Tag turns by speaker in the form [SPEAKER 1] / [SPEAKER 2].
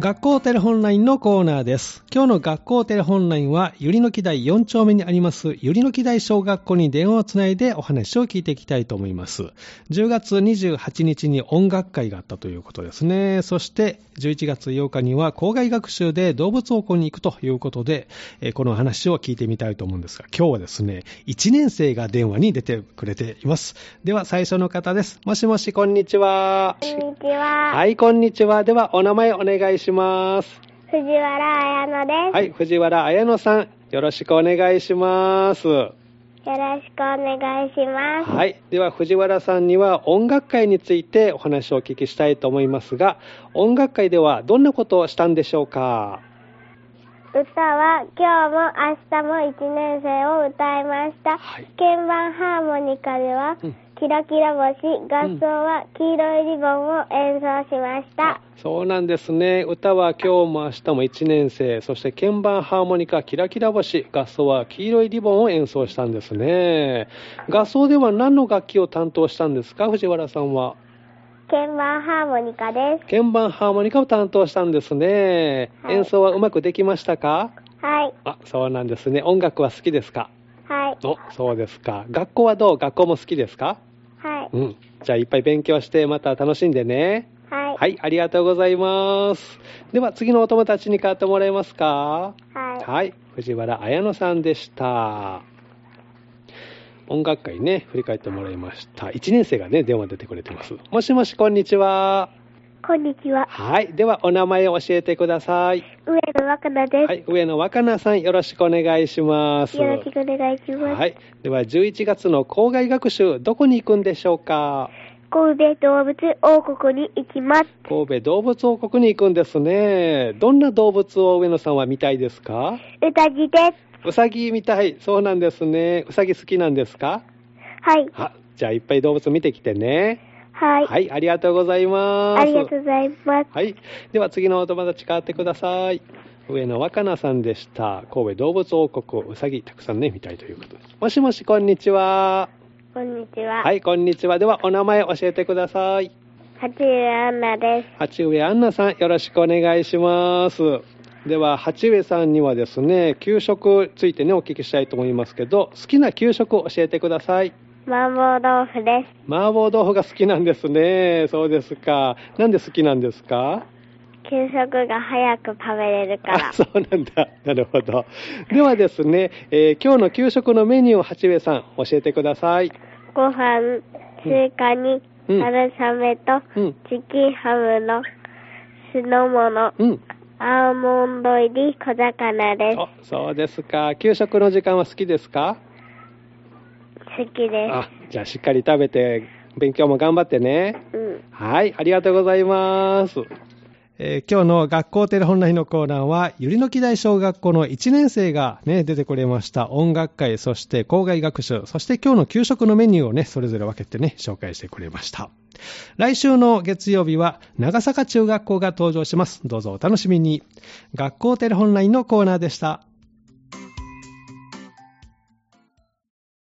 [SPEAKER 1] 学校テレホンラインのコーナーです。今日の学校テレホンラインは、ゆりの木台4丁目にあります、ゆりの木台小学校に電話をつないでお話を聞いていきたいと思います。10月28日に音楽会があったということですね。そして、11月8日には校外学習で動物王国に行くということで、えーこの話を聞いてみたいと思うんですが、今日はですね、1年生が電話に出てくれています。では、最初の方です。もしもし、こんにちは。
[SPEAKER 2] こんにちは。
[SPEAKER 1] はい、こんにちは。では、お名前お願いします。
[SPEAKER 2] 藤原綾乃です、
[SPEAKER 1] はい、藤原綾乃さん、よろしくお願いします。は
[SPEAKER 2] よろしくお願いします。
[SPEAKER 1] い、では藤原さんには音楽会についてお話をお聞きしたいと思いますが、音楽会ではどんなことをしたんでしょうか
[SPEAKER 2] 歌は今日も明日も1年生を歌いました。
[SPEAKER 1] はい
[SPEAKER 2] 鍵盤ハーモニカでは、
[SPEAKER 1] うん
[SPEAKER 2] キラキラ星、合奏は黄色いリボンを演奏しました。
[SPEAKER 1] そうなんですね。歌は今日も明日も1年生、そして鍵盤ハーモニカキラキラ星、合奏は黄色いリボンを演奏したんですね。合奏では何の楽器を担当したんですか藤原さんは。
[SPEAKER 2] 鍵盤ハーモニカです。
[SPEAKER 1] 鍵盤ハーモニカを担当したんですね。
[SPEAKER 2] はい
[SPEAKER 1] 演奏はうまくできましたか
[SPEAKER 2] はい。
[SPEAKER 1] あ、そうなんですね。音楽は好きですか
[SPEAKER 2] はい。
[SPEAKER 1] お、そうですか。学校はどう学校も好きですか
[SPEAKER 2] はい。
[SPEAKER 1] うん。じゃあいっぱい勉強してまた楽しんでね。
[SPEAKER 2] はい。
[SPEAKER 1] はい、ありがとうございます。では次のお友達に代わってもらえますか
[SPEAKER 2] はい。
[SPEAKER 1] はい、藤原綾乃さんでした。音楽会ね、振り返ってもらいました。1年生がね、電話出てくれてます。もしもし、こんにちは。
[SPEAKER 2] こんにちは。
[SPEAKER 1] はい。では、お名前を教えてください。
[SPEAKER 2] 上野若菜です、
[SPEAKER 1] はい。上野若菜さん、よろしくお願いします。
[SPEAKER 2] よろしくお願いします。
[SPEAKER 1] はい。では、11月の校外学習、どこに行くんでしょうか
[SPEAKER 2] 神戸動物王国に行きます。
[SPEAKER 1] 神戸動物王国に行くんですね。どんな動物を上野さんは見たいですか
[SPEAKER 2] うたじです。
[SPEAKER 1] うさぎ見たい。そうなんですね。うさぎ好きなんですか
[SPEAKER 2] はい。
[SPEAKER 1] あ、じゃあいっぱい動物見てきてね。
[SPEAKER 2] はい。
[SPEAKER 1] はい、ありがとうございます。
[SPEAKER 2] ありがとうございます。
[SPEAKER 1] はい。では次のお友達変わってください。上野若菜さんでした。神戸動物王国うさぎたくさんね、見たいということです。もしもし、こんにちは。
[SPEAKER 2] こんにちは。
[SPEAKER 1] はい、こんにちは。では、お名前教えてください。
[SPEAKER 2] はちゆあんなです。
[SPEAKER 1] 八上杏奈さん、よろしくお願いします。では、八上さんにはですね、給食ついてね、お聞きしたいと思いますけど、好きな給食を教えてください。
[SPEAKER 2] 麻婆豆腐です。
[SPEAKER 1] 麻婆豆腐が好きなんですね。そうですか。なんで好きなんですか
[SPEAKER 2] 給食が早く食べれるから
[SPEAKER 1] あ、。そうなんだ。なるほど。ではですね、えー今日の給食のメニューを八兵衛さん、教えてください。
[SPEAKER 2] ご飯、スイカに、
[SPEAKER 1] うん
[SPEAKER 2] 春雨と、
[SPEAKER 1] うん。
[SPEAKER 2] チキンハムの酢の物、
[SPEAKER 1] うん。
[SPEAKER 2] アーモンド入り小魚です。
[SPEAKER 1] あそうですか。給食の時間は好きですか
[SPEAKER 2] 好きで
[SPEAKER 1] あ、じゃあしっかり食べて、勉強も頑張ってね。
[SPEAKER 2] す。うん。
[SPEAKER 1] はい、ありがとうございます。えー今日の学校テレホンラインのコーナーは、ゆりのき大小学校の1年生がね、出てくれました。音楽会、そして校外学習、そして今日の給食のメニューをね、それぞれ分けてね、紹介してくれました。来週の月曜日は、長坂中学校が登場します。どうぞお楽しみに。学校テレホンラインのコーナーでした。